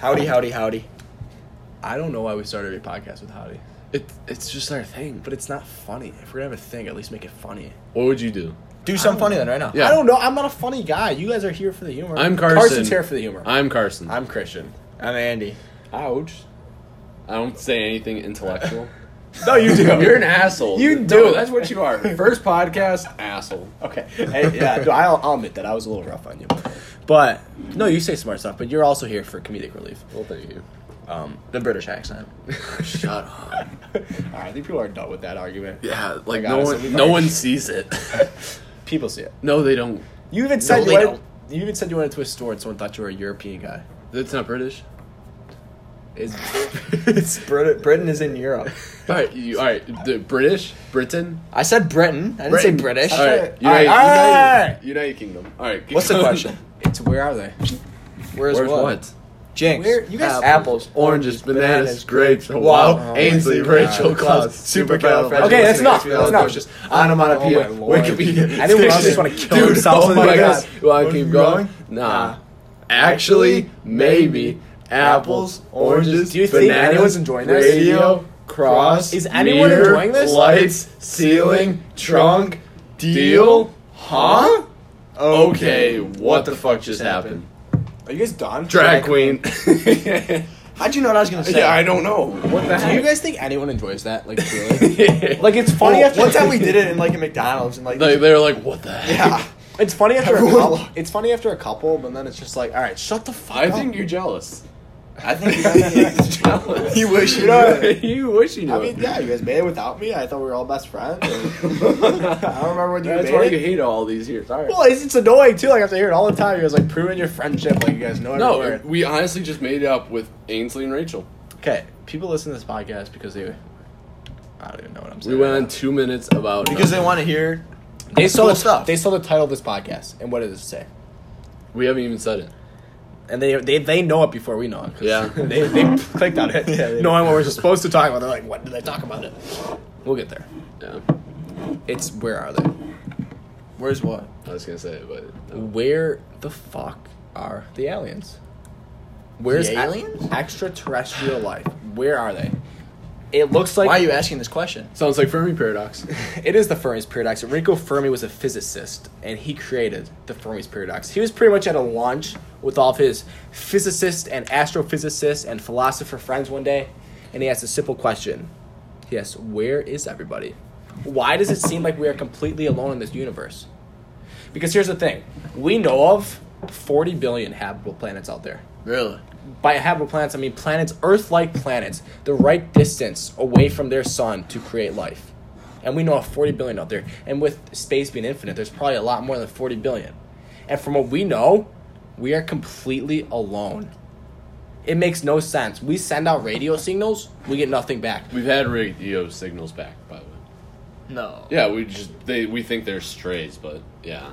Howdy, howdy, howdy. I don't know why we started every podcast with howdy. It, it's just our thing, but it's not funny. If we're gonna have a thing, at least make it funny. What would you do? Do something funny then right now. Yeah. I don't know. I'm not a funny guy. You guys are here for the humor. I'm Carson. Carson's here for the humor. I'm Carson. I'm Christian. I'm Andy. Ouch. I don't say anything intellectual. No, you do. You're an asshole. You No, do. that's what you are. First podcast, asshole. Okay. Hey, yeah, no, I'll, I'll admit that I was a little rough on you, but no, you say smart stuff. But you're also here for comedic relief. Well, thank you. Um, The British accent. Shut up. all right, I think people are done with that argument. Yeah, Like, like, no honestly, one, we no probably one should. sees it. People see it. no, they don't. You even said they you, went, don't. you even said you went into a store and someone thought you were a European guy. That's not British. Is it's Brit- Britain is in Europe. All right, you, all right. The British, Britain. I said Britain. I didn't Britain. say British. All right, United, All right, all United, United Kingdom. All right. keep what's the going. question? It's where are they? Where's, Where's what? what? Jinx. Where- you guys- apples, Oranges, bananas, grapes, Wow. wow, Ainsley, Rachel, Klaus, supercalifragilistic. Okay, that's enough. That's enough. Onomatopoeia, Oh my lord. Wikipedia. I think we all just wanna kill Dude, ourselves Oh with my that. god. Do I Are keep you going? going? Nah. Actually, maybe apples, oranges, Do you think bananas, anyone's enjoying this? Radio, cross, Is anyone mirror, enjoying this? Lights, ceiling, trunk, deal, huh? Okay, what the fuck just happened? Are you guys done? Drag queen. How'd you know what I was gonna say? yeah, I don't know. What the Do you guys think anyone enjoys that? Like really? like it's funny Funny. after one time we did it in like a McDonald's and like. They, they're like, what the heck? yeah. It's funny after a Everyone- couple. It's funny after a couple, but then it's just like, all right, shut the fuck I up. think you're jealous. I think. jealous. You wish you know. you wish you knew. I mean, it. yeah, you guys made it without me. I thought we were all best friends. I don't remember when you That's made why it. you hate all these years. All right. Well, it's, it's annoying too. Like I have to hear it all the time. You guys like proving your friendship. Like you guys know. no, everywhere. we honestly just made it up with Ainsley and Rachel. Okay, people listen to this podcast because they. I don't even know what I'm We saying. went on two minutes about uh, Because they want to hear. They saw Cool the, stuff. They saw the title of this podcast, and what does it say? we haven't even said it. And they they, they know it before we know it. 'cause Yeah. they, they clicked on it, Yeah, they- knowing what we're supposed to talk about. They're like, "What did they talk about it?" We'll get there. Yeah, It's where are they? Where's what? I was gonna say it, but no. Where the fuck are the aliens? Where's The a- aliens? extraterrestrial life? Where are they? It looks like Why are you asking this question? sounds like Fermi paradox. it is the Fermi's paradox. Enrico Fermi was a physicist, and he created the Fermi's paradox. He was pretty much at a lunch with all of his physicist and astrophysicist and philosopher friends one day, and he asked a simple question. He asked, "Where is everybody? Why does it seem like we are completely alone in this universe?" Because here's the thing: we know of 40 billion habitable planets out there Really? by habitable planets, I mean planets, Earth like planets, the right distance away from their sun to create life. And we know of 40 billion out there. And with space being infinite, there's probably a lot more than 40 billion. And from what we know, we are completely alone. It makes no sense. We send out radio signals, we get nothing back. We've had radio signals back, by the way. No. Yeah, we just they we think they're strays, but yeah,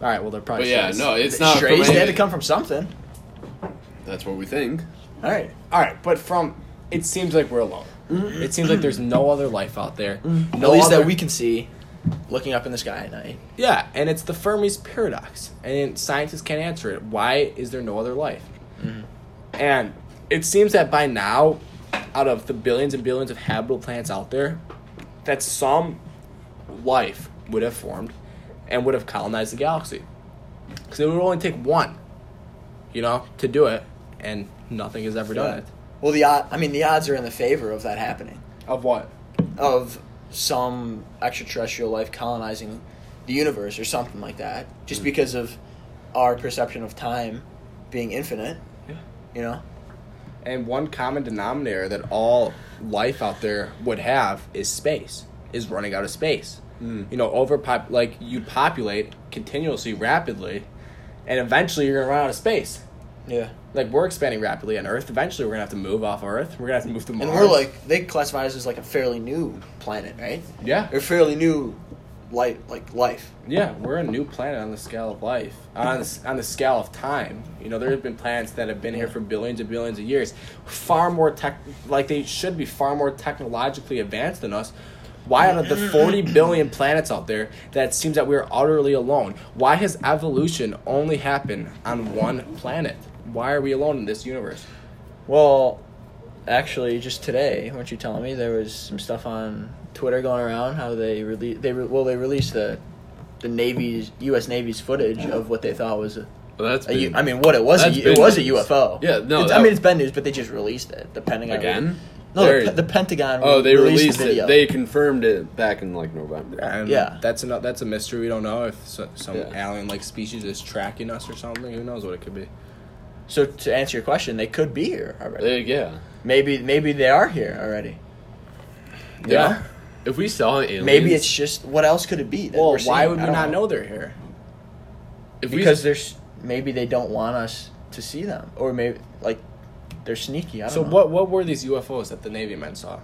All right, well, they're probably. but yeah, space. no, it's not. Strays from had to any- come from something. That's what we think. All right. All right, but from. It seems like we're alone. It seems like there's no other life out there. At Mm-hmm. No least other- that we can see, looking up in the sky at night. Yeah, and it's the Fermi's paradox, and scientists can't answer it. Why is there no other life? And it seems that by now, out of the billions and billions of habitable planets out there, that some life would have formed and would have colonized the galaxy. Because it would only take one, you know, to do it, and nothing has ever done it. Well, the odd, I mean, the odds are in the favor of that happening, Of what? of some extraterrestrial life colonizing the universe or something like that, just Hmm. because of our perception of time being infinite. Yeah. You know. And one common denominator that all life out there would have is space, is running out of space. Mm. You know, overpop like you populate continuously rapidly, and eventually you're gonna run out of space. Yeah. Like we're expanding rapidly on Earth. Eventually, we're gonna have to move off Earth. We're gonna have to move to Mars. And we're like they classify us as like a fairly new planet, right? yeah, Or fairly new, light like life. yeah, we're a new planet on the scale of life, on the, on the scale of time. You know, there have been planets that have been here for billions and billions of years, far more tech, like they should be far more technologically advanced than us. Why out of the 40 billion planets out there that it seems that we're utterly alone? Why has evolution only happened on one planet? Why are we alone in this universe? Well, actually, just today, weren't you telling me there was some stuff on Twitter going around how they release they re- well they released the the Navy's U.S. Navy's footage of what they thought was a, Well, that's a U- been- I mean what it was a, that's U- been it was a news. UFO. Yeah, no, It's- that- I mean it's been news, but they just released it. The Pentagon again. No, They're- the, Pe- the Pentagon. oh, they released, the it. video. They confirmed it back in like November. And Yeah. that's a that's a mystery. We don't know if so, some Yeah. alien-like species is tracking us or something. Who knows what it could be? so to answer your question, they could be here already. They, yeah. maybe maybe they are here already. yeah, If we saw aliens, Maybe it's just what else could it be? that Well, we're why seeing? would I we don't not know they're here? if we- because there's maybe they don't want us to see them, or maybe like they're sneaky. I don't So know. what what were these UFOs that the Navy men saw?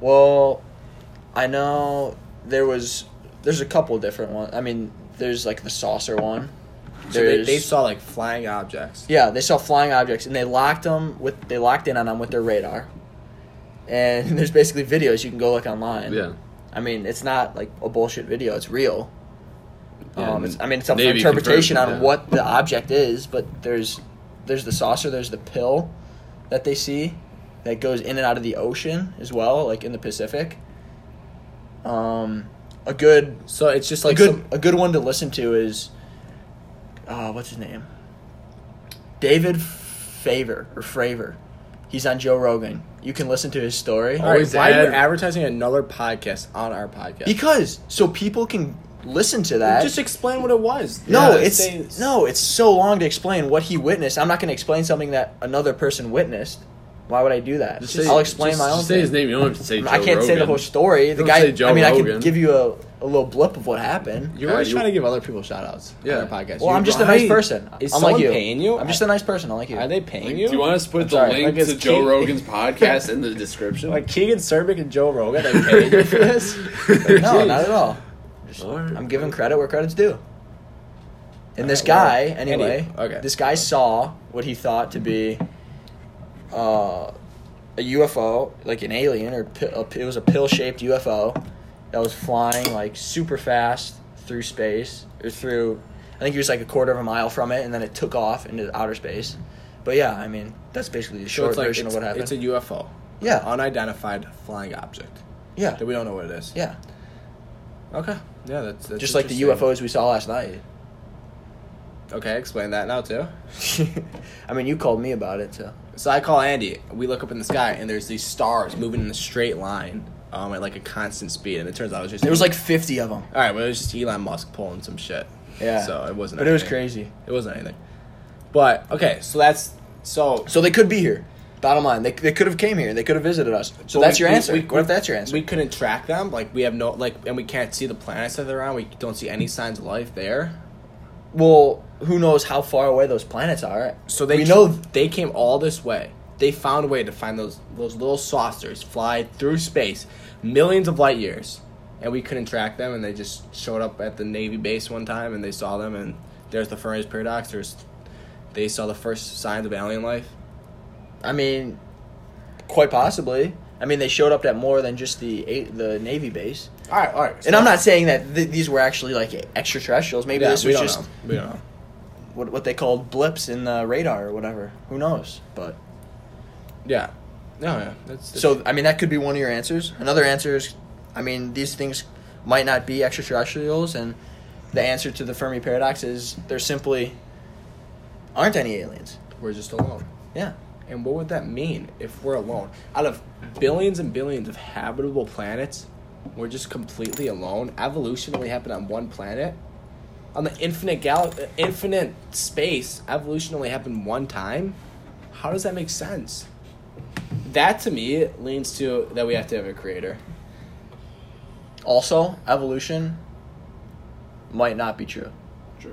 Well, I know there was there's a couple different ones. I mean, there's like the saucer one. So they, There's- they saw like flying objects. Yeah, they saw flying objects, and they locked them with they locked in on them with their radar. And there's basically videos you can go look online. yeah. I mean, it's not like a bullshit video; it's real. Yeah, um, it's, I mean, it's up for Navy interpretation on conversion, yeah. what the object is, but there's there's the saucer, there's the pill that they see that goes in and out of the ocean as well, like in the Pacific. Um, a good So it's just a like good some- a good one to listen to is uh, what's his name? David Favor or Fravor. He's on Joe Rogan. You can listen to his story. All right, Always why are you add- advertising another podcast on our podcast? Because so people can listen to that. just explain what it was. no, Yeah, it's say- no, it's so long to explain what he witnessed. I'm not going to explain something that another person witnessed. Why would I do that? Just say- I'll explain just- my own. Just say thing. his name. You don't have to say. I Joe can't say the Rogan. whole story. The Don't guy. say Joe I mean, I Rogan. can give you a, a little blip of what happened. You're Yeah, always you- trying to give other people shout outs Yeah. on our podcast. Well, You're I'm just a right. nice person. Is I'm someone like you. paying you? I'm just a nice person. I'm like you. Are they paying Like, you? do you want us to put I'm the sorry, link like, to it's Joe Keeg- Rogan's podcast in the description? Like Keegan Serbic and Joe Rogan, they paying you for this? no, not at all. Just- All right. I'm giving credit where credit's due. And this All right, well, guy, any- anyway, okay. this guy saw what he thought to be uh, a UFO, like an alien, or pi- a, it was a pill-shaped UFO that was flying like super fast through space or through. I think he was like a quarter of a mile from it, and then it took off into outer space. But yeah, I mean, that's basically the So short it's like version it's, of what happened. it's a UFO, yeah, unidentified flying object yeah, that we don't know what it is. yeah. Okay. Yeah, that's, that's Just like the interesting. UFOs we saw last night. Okay, explain that now too. I mean, you called me about it, so. So I call Andy. We look up in the sky, and there's these stars moving in a straight line, um, at like a constant speed. And it turns out it was just There was like 50 of them. all right, but it was just Elon Musk pulling some shit. Yeah. So it wasn't. But it was anything. crazy. It wasn't anything. But okay, so that's so. So they could be here. Bottom line, they, they could have came here. They could have visited us. So but that's we- your we- answer. we- what if that's your answer? We couldn't track them. Like we have no like, and we can't see the planets that they're on. We don't see any signs of life there. well, who knows how far away those planets are? So they we tr- know. they came all this way. They found a way to find those those little saucers fly through space, millions of light years, and we couldn't track them. And they just showed up at the Navy base one time, and they saw them. And there's the Fermi's paradox. There's they saw the first signs of alien life. I mean, quite possibly. I mean, they showed up at more than just the eight, the Navy base. All right, all right. And I'm not saying that th- these were actually like extraterrestrials. Maybe Yeah, this we was don't just know. We don't know. what, what they called blips in the radar or whatever. Who knows? But Yeah. No, yeah. That's, that's So I mean that could be one of your answers. Another answer is, I mean these things might not be extraterrestrials, and the answer to the Fermi paradox is there simply aren't any aliens. we're just alone. Yeah, And what would that mean if we're alone? Out of billions and billions of habitable planets, we're just completely alone. Evolution only happened on one planet. On the infinite gal- uh, infinite space, evolution only happened one time. How does that make sense? That to me leans to that we have to have a creator. Also, evolution might not be true Sure.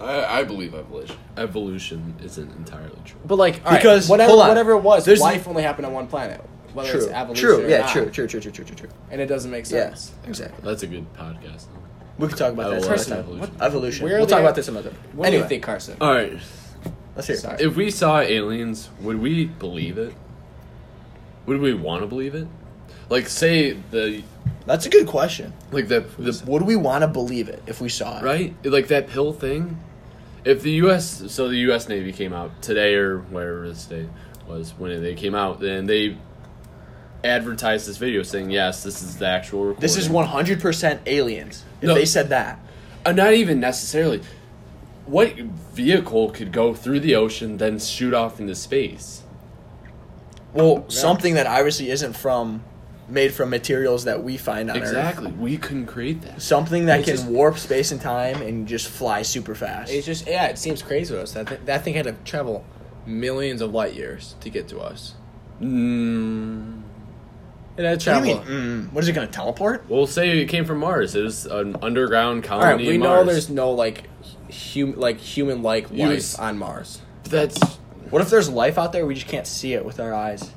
I, I believe evolution. Evolution isn't entirely true. But like, all right, Because- whatever, hold on. whatever it was, There's- life only happened on one planet. Whether it's true. evolution True. or Yeah. not, True. True. True. True. True. True. True. and it doesn't make Yeah. sense. Exactly. That's a good podcast. We could talk about that Evolution. another time. Evolution. Evolution. Where are we'll they talk at? about this another. What do anyway, you think, Carson? All right. let's hear. Sorry. Sorry. If we saw aliens, would we believe it? Would we want to believe it? Like, say the That's a good question. like the the Would we want to believe it if we saw it? right like that pill thing. If the U.S. so the U.S. Navy came out today or whatever this day was when they came out, then they advertised this video saying, "Yes, this is the actual recording." This is one hundred percent aliens. If No. they said that, Uh, not even necessarily. What vehicle could go through the ocean then shoot off into space? well, something that obviously isn't from, made from materials that we find on Earth. Exactly, we couldn't create that. Something that It's can just- warp space and time and just fly super fast. It's just yeah, it seems crazy to us that th- that thing had to travel millions of light years to get to us. Mm, It had to What travel. do you mean? Mm, what is it going to teleport? well, say it came from Mars. It was an underground All colony. right, we in know Mars. there's no like, hum- like human like You life was- on Mars. that's What if there's life out there? We just can't see it with our eyes.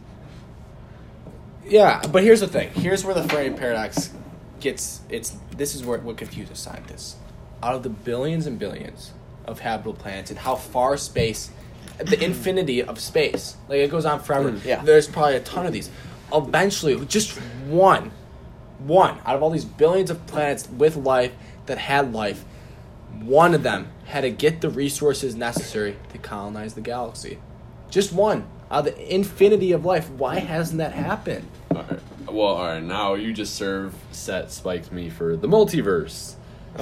Yeah, but here's the thing. Here's where the Fermi paradox gets it's this is where what confuses scientists. Out of the billions and billions of habitable planets and how far space the infinity of space. Like it goes on forever. yeah. There's probably a ton of these. Eventually just one one out of all these billions of planets with life that had life, one of them had to get the resources necessary to colonize the galaxy. Just one out of the infinity of life. Why hasn't that happened? all right. well. All right, now you just serve set spiked me for the multiverse,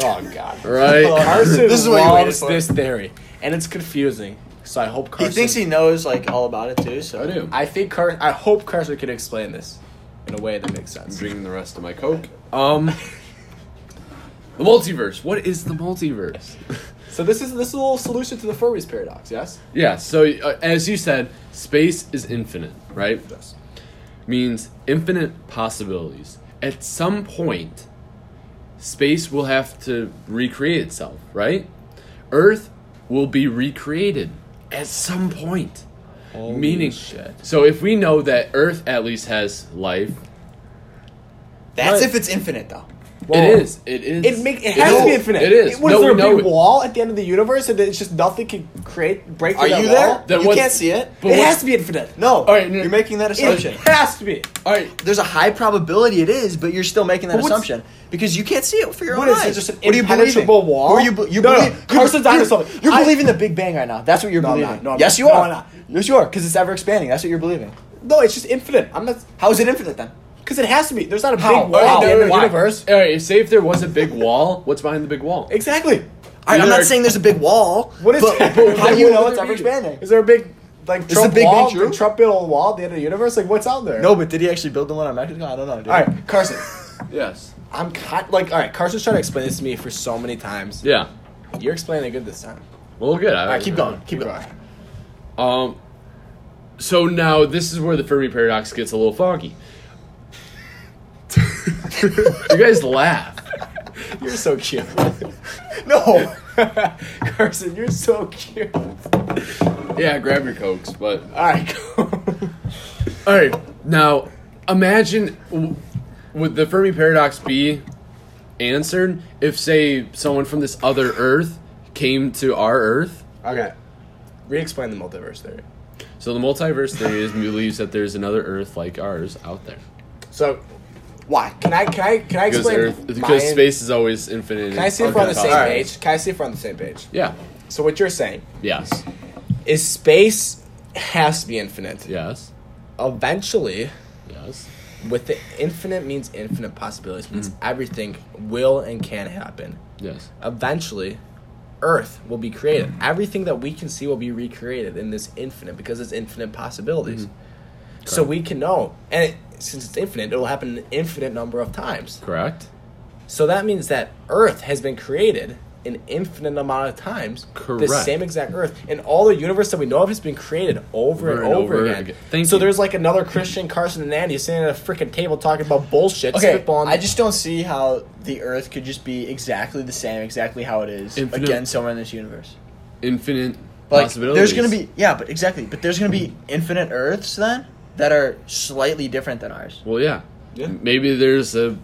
Oh God! right? Carson This is what you waited loves for. this theory, and it's confusing. So I hope He Carson. thinks he knows like all about it too. So I do. I think Car- I hope Carson can explain this in a way that makes sense. drinking the rest of my coke. Um, the multiverse. What is the multiverse? So this is this is a little solution to the Furby's paradox. Yes. yeah. So uh, as you said, space is infinite, right? Yes. Means infinite possibilities. At some point, space will have to recreate itself, right? Earth will be recreated at some point. Meaning, so if we know that Earth at least has life, That's But- if it's infinite though. it is. It is. It make, it has to be is. infinite. It is. What no, is there we a know big it. wall at the end of the universe, and it's just nothing can create break through Are that you wall? there? Then you what's- can't see it. but it what's- has to be infinite. No. All right, right, no- you're making that assumption. It has to be. All right. There's a high probability it is, but you're still making that But what's- assumption because you can't see it for your What own is it, eyes. just an What are you impenetrable believing? wall? Who are you be- you No, no, believe? you're- Carson's onto you're- something. You're I- believing the Big Bang right now. That's what you're No, I'm believing. not. No, I'm yes, not. you No, are. I'm not. Yes, you are. Because it's ever expanding. That's what you're believing. No, it's just infinite. I'm not How is it infinite then? because it has to be. There's not a How? big All wall right, at the no, end of the why? universe. All right, say if there was a big wall, what's behind the big wall? Exactly. All right, I'm Either- not saying there's a big wall. What is but, that? But how do you What know would it's there ever be? expanding? Is there a big like Trump the Big Bang wall? true? the Trump built a wall at the end of the universe. Like what's out there? No, but did he actually build the one on Mexico? I don't know, dude. All right, Carson. Yes. I'm con- like all right. Carson's trying to explain this to me for so many times. Yeah. You're explaining it good this time. Well, good. All right, keep going. Keep going. Right. Um, so now this is where the Fermi paradox gets a little foggy. you guys laugh. You're so cute. No. Carson, you're so cute. All Yeah, grab your cokes, but right, go. all right. Now, imagine w- would the Fermi paradox be answered if, say, someone from this other Earth came to our Earth? okay. Re-explain the multiverse theory. So the multiverse theory is believes that there's another Earth like ours out there. So, why? Can I can I can I Because explain Earth, because my- space is always infinite. Can I see if we're on the same Alright. page? Can I see if we're on the same page? Yeah. So what you're saying Yes. is space has to be infinite. Yes. Eventually, Yes. with the infinite means infinite possibilities means everything will and can happen. Yes. Eventually, Earth will be created. Everything that we can see will be recreated in this infinite because it's infinite possibilities. So Correct. we can know, and it, since it's infinite, it will happen an infinite number of times. Correct. So that means that Earth has been created an infinite amount of times. The Correct. same exact Earth. And all the universe that we know of has been created over, and, over, again. Thank so you. there's like another Christian Carson and Andy sitting at a freaking table talking about bullshit. Okay, spitballing. I just don't see how the Earth could just be exactly the same, exactly how it is Infinite- again somewhere in this universe. Infinite Like, possibilities. there's gonna be yeah, but exactly, but there's gonna be infinite Earths then that are slightly different than ours. Well, yeah. Yeah. Maybe there's a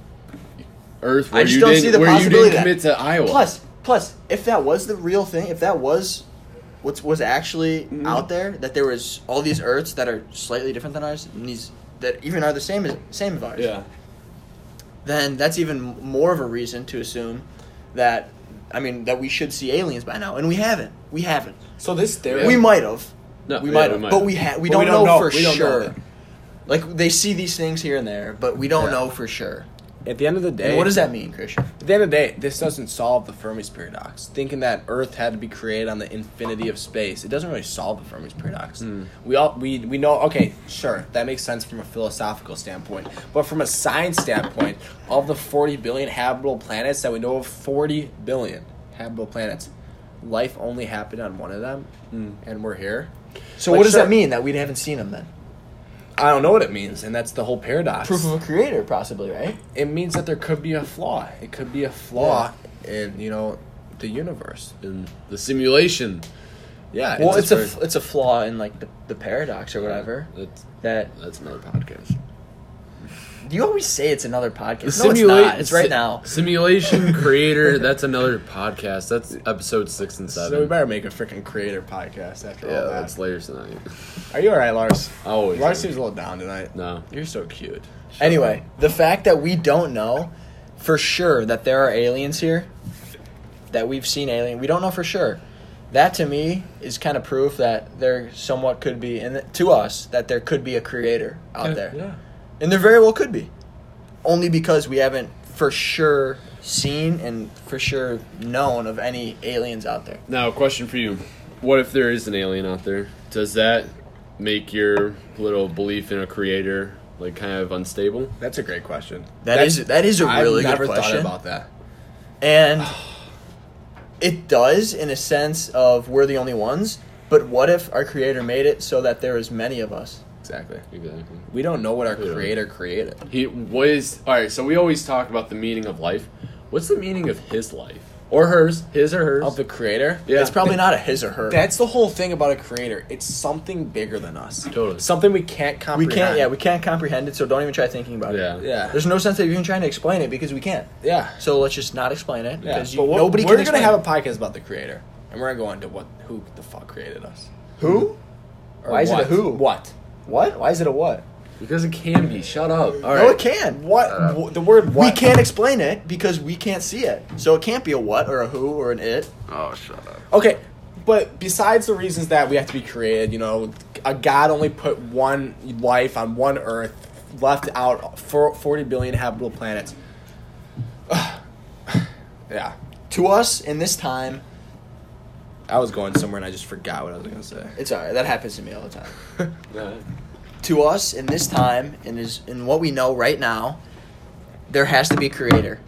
Earth I where just you don't didn't see the where you possibility didn't of that. commit to Iowa. Plus, plus, if that was the real thing, if that was what was actually out there, that there was all these Earths that are slightly different than ours, and these that even are the same as same of ours. yeah. then that's even more of a reason to assume that I mean, that we should see aliens by now, and we haven't. We haven't. So this theory, Yeah. We might have. No, we yeah, might we have, might but have. we ha- we, But don't we don't know, know. for We don't know sure. that. Like they see these things here and there, but we don't Yeah. know for sure. at the end of the day, And what does that mean, Christian? At the end of the day, this doesn't solve the Fermi's paradox. Thinking that Earth had to be created on the infinity of space, it doesn't really solve the Fermi's paradox. Hmm. We all we we know. Okay, sure, that makes sense from a philosophical standpoint, but from a science standpoint, of the forty billion habitable planets that we know of, forty billion habitable planets, life only happened on one of them, Hmm. and we're here. So Like, what does sure. that mean that we haven't seen them then? I don't know what it means, and that's the whole paradox. Proof of a creator, possibly, right? it means that there could be a flaw. It could be a flaw in you know the universe. in the simulation. Yeah. Well, it's just a very- f- it's a flaw in like the, the paradox or whatever. That's That that's another podcast. you always say it's another podcast. The No, simula- it's not. It's right si- now. Simulation creator. That's another podcast. That's episode six and seven. So we better make a freaking creator podcast after yeah, all that. that's later tonight. Are you all right, Lars? Always. Lars seems a little down tonight. No. You're so cute. Anyway, the fact that we don't know for sure that there are aliens here, that we've seen alien, we don't know for sure. That to me is kind of proof that there somewhat could be, and that- to us that there could be a creator out there, and there very well could be, only because we haven't for sure seen and for sure known of any aliens out there. Now, question for you: What if there is an alien out there? Does that make your little belief in a creator like kind of unstable? That's a great question. That is that is a really I've never good question. thought about that. And it does in a sense of we're the only ones, but what if our creator made it so that there is many of us? Exactly. Exactly. We don't know what our Yeah. creator created. He what is all right. So we always talk about the meaning of life. What's the meaning of his life or hers? His or hers? Of the creator? yeah, It's probably not a his or her. That's the whole thing about a creator. It's something bigger than us. Totally. Something we can't we comprehend. can't yeah, we can't comprehend it, so don't even try thinking about yeah. it. Yeah. There's no sense of even trying to explain it because we can't. yeah. So let's just not explain it Yeah. because you, But what- nobody we're can gonna explain have it. a podcast about the creator, and we're gonna go into what who the fuck created us. who? Or Why is it a what- who? What? What? Why is it a what? Because it can be. Shut up. All No, right. it can. What? Uh, the word We what? can't explain it because we can't see it. So it can't be a what or a who or an it. Oh, shut up. Okay, but besides the reasons that we have to be created, you know, a God only put one life on one Earth, left out for forty billion habitable planets. yeah, To us in this time, I was going somewhere and I just forgot what I was gonna say. it's alright. That happens to me all the time. Yeah. to us in this time and is in what we know right now, there has to be a creator.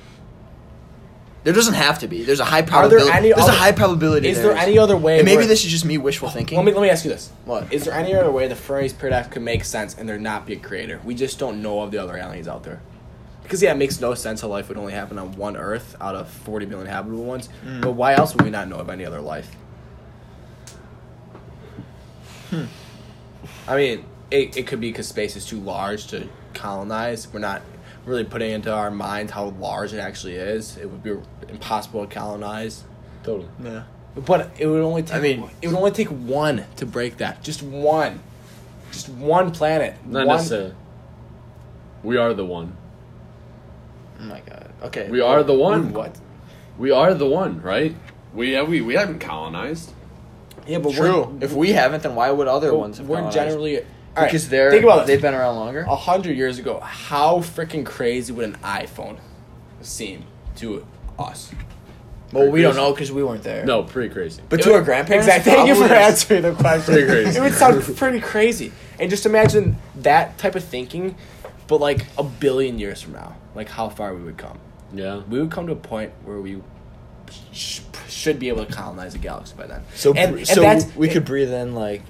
There doesn't have to be. There's a high probability. any there's other- a high probability. is there any other way And maybe where- this is just me wishful thinking. Let me let me ask you this: What? is there any other way the phrase paradox could make sense and there not be a creator? We just don't know of the other aliens out there. Because yeah, it makes no sense how life would only happen on one Earth out of forty billion habitable ones. But why else would we not know of any other life? I mean, it, it could be because space is too large to colonize. We're not really putting into our mind how large it actually is. It would be impossible to colonize. Totally. yeah. But it would only take. I mean- it would only take one to break that. Just one, just one planet. Not one, necessarily. We are the one. Oh my god. Okay. We are the one. What? We are the one, right? We yeah, we we haven't colonized. Yeah, but True. We're, If we haven't, then why would other ones? Have we're colonized? generally all right, because they're think about they've this. been around longer. a hundred years ago. How freaking crazy would an iPhone seem to us? well, we don't know because we weren't there. No, pretty crazy. But It to would- our grandparents. Exactly. Thank you for probably is- answering the question. Pretty crazy. It would sound pretty crazy. And just imagine that type of thinking, but like a billion years from now, like how far we would come. yeah. we would come to a point where we sh- should be able to colonize a galaxy by then. So and, bre- and so that's, we could breathe in like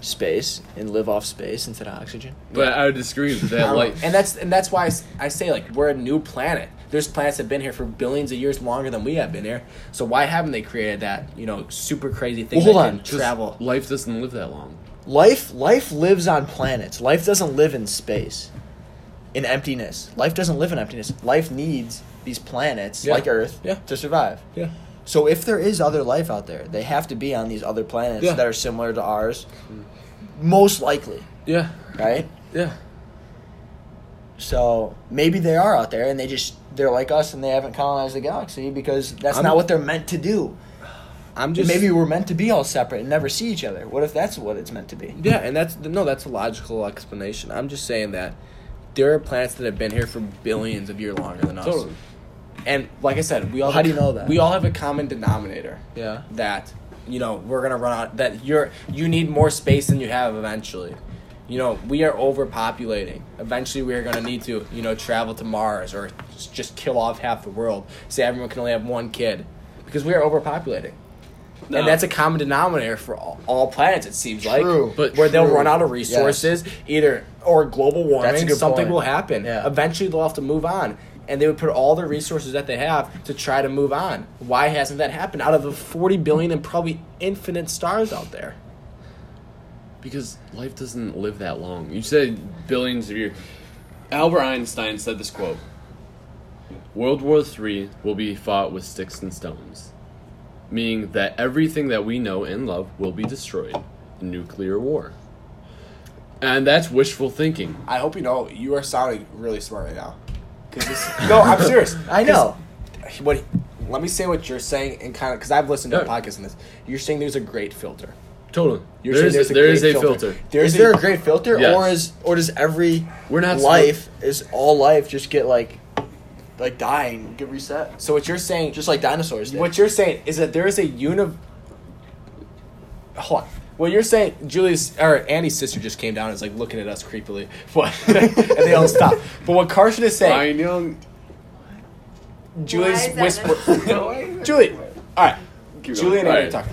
space and live off space instead of oxygen. But I would disagree with I that. don't know. Like, and that's and that's why I, s- I say like we're a new planet. There's planets that have been here for billions of years longer than we have been here. So why haven't they created that you know super crazy thing Well, hold that on. can just travel? Life doesn't live that long. life life lives on planets life doesn't live in space in emptiness life doesn't live in emptiness life needs these planets Yeah. like earth Yeah. to survive Yeah. so if there is other life out there they have to be on these other planets Yeah. that are similar to ours most likely Yeah. right Yeah. So maybe they are out there, and they just they're like us, and they haven't colonized the galaxy because that's I'm- not what they're meant to do. I'm just maybe we're meant to be all separate and never see each other. What if that's what it's meant to be? Yeah, and that's no, that's a logical explanation. I'm just saying that there are planets that have been here for billions of years longer than us. Totally. And like I said, we all How do you know that? We all have a common denominator. Yeah. That you know we're gonna run out. That you're you need more space than you have eventually. You know we are overpopulating. Eventually we are gonna need to you know travel to Mars or just- just kill off half the world. Say everyone can only have one kid because we are overpopulating. No. And that's a common denominator for all, all planets. It seems like True. But where they'll true. run out of resources, either or global That's a warming, good something point. will happen. Yeah. Eventually, they'll have to move on, and they would put all the resources that they have to try to move on. Why hasn't that happened? Out of the forty billion and probably infinite stars out there, Because life doesn't live that long. You said billions of years. Albert Einstein said this quote World War III will be fought with sticks and stones, meaning that everything that we know and love will be destroyed in nuclear war. And that's wishful thinking. I hope you know you are sounding really smart right now. 'Cause this- no, I'm serious. I know. What? Let me say what you're saying, and kind of because I've listened to Yeah. a podcast on this. You're saying there's a great filter. Totally. You're There saying is a, there is a filter. There's is there a great filter, Yes. or is or does every We're not life is all life just get like like dying, get reset, So what you're saying, just like dinosaurs? Did. What you're saying is that there is a univ. Hold on. What you're saying, Julie's or Andy's sister just came down and is like looking at us creepily. What? and they all stop. But what Carson is saying, Ryan Young. Julie's Why is that whisper. Julie, all right. Julie and All Andy right. talking.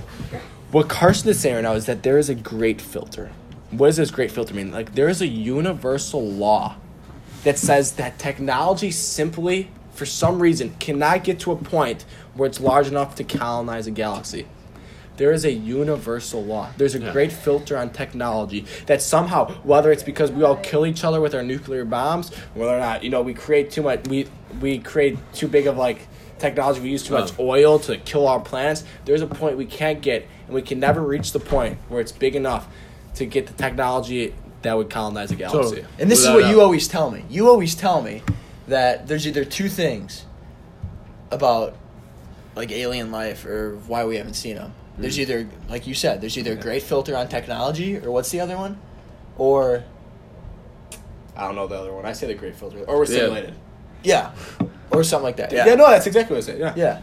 What Carson is saying right now is that there is a great filter. What does this great filter mean? Like there is a universal law that says that technology simply, for some reason, cannot get to a point where it's large enough to colonize a galaxy. There is a universal law. There's a Yeah. great filter on technology that somehow, whether it's because we all kill each other with our nuclear bombs, whether or not you know we create too much, we we create too big of like technology. We use too much Oh. oil to kill our planets. There's a point we can't get, and we can never reach the point where it's big enough to get the technology that would colonize a galaxy. Totally. And this Without is what a- you always tell me. You always tell me that there's either two things about like alien life or why we haven't seen them. There's either, like you said, there's either a great filter on technology, or what's the other one? Or I don't know the other one. I say the great filter, or we're Yeah. simulated. yeah, or something like that. Yeah. Yeah, no, that's exactly what I said. Yeah. yeah.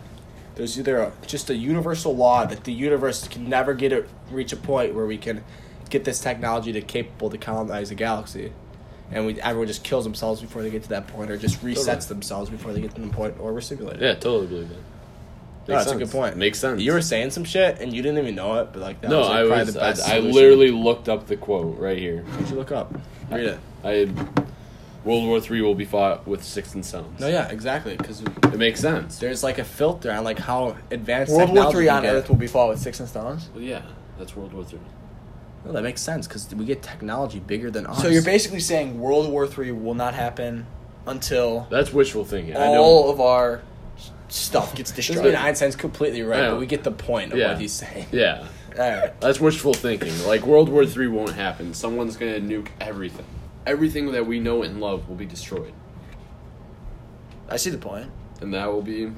There's either a, just a universal law that the universe can never get a, reach a point where we can get this technology to capable to colonize a galaxy, and we everyone just kills themselves before they get to that point, or just resets Totally. themselves before they get to the point, or we're simulated. Yeah, totally believe that. No, Makes that's a good sense. point. Makes sense. You were saying some shit and you didn't even know it, but like that no, was like, I probably was. the best. I, I solution. literally looked up the quote right here. What'd you look up? Read it. I World War Three will be fought with sticks and stones. No, yeah, exactly. Because It makes sense. there's like a filter on like how advanced World War technology Three we on get. Earth will be fought with sticks and stones. Well, yeah, that's World War Three. No, that makes sense because we get technology bigger than us. So you're basically saying World War Three will not happen until That's wishful thinking. I all know. of our s- stuff gets This has been destroyed. Einstein's completely right, Yeah. but we get the point of Yeah. what he's saying. Yeah, Alright. that's wishful thinking. Like World War Three won't happen. Someone's gonna nuke everything. Everything that we know and love will be destroyed, I see the point. and that will be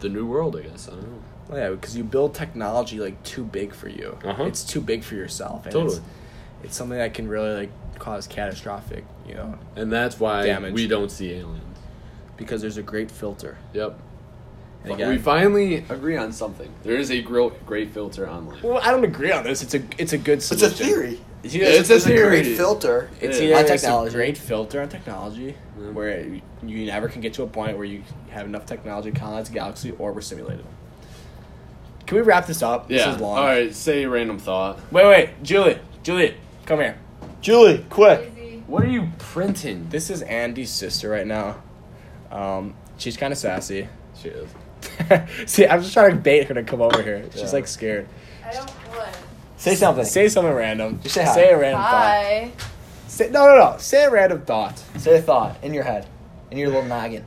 the new world. I guess. I don't know. Well, Yeah, because you build technology like too big for you. Uh-huh. It's too big for yourself. And Totally. It's, it's something that can really like cause catastrophic, you know, And that's why Damage. we don't see aliens. because there's a great filter. Yep. And we again, finally agree on something. There is a gro- great filter on life. well, I don't agree on this. It's a it's a good solution. It's, either- It's a it's theory. Great filter. It's Yeah. either On it's a technology. great filter on technology, Yeah. where it, you never can get to a point where you have enough technology to colonize the galaxy, or we're simulated. Can we wrap this up? Yeah. This is long. All right. Say a random thought. Wait, wait, Julie, Julie, come here. Julie, quick. Crazy. What are you printing? This is Andy's sister right now. Um, she's kind of sassy. She is. See, I'm just trying to bait her to come over here. She's Yeah. like scared. I don't want. Say something. Say something random. Just say hi. Say a random thought. Hi. Say, no, no, no. Say a random thought. Say a thought in your head, in your little noggin.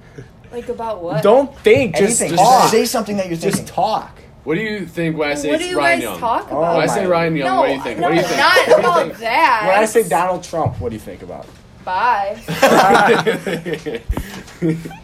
Like about what? Don't think. Just Anything. Just talk. say something that you're Just thinking. talk. What do you think when I say What it's do you Ryan guys Young? talk Oh, about? When I say Ryan Young, no, what do you think? No, what do you think? not What do you about think? that. When I say Donald Trump, what do you think about? Bye. Bye.